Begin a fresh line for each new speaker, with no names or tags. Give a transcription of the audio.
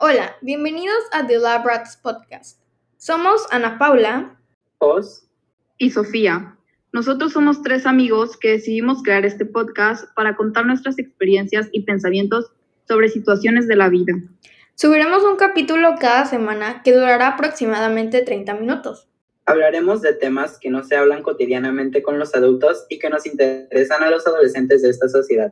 Hola, bienvenidos a The Lab Rats Podcast. Somos Ana Paula.
Os.
y Sofía. Nosotros somos tres amigos que decidimos crear este podcast para contar nuestras experiencias y pensamientos sobre situaciones de la vida.
Subiremos un capítulo cada semana que durará aproximadamente 30 minutos.
Hablaremos de temas que no se hablan cotidianamente con los adultos y que nos interesan a los adolescentes de esta sociedad.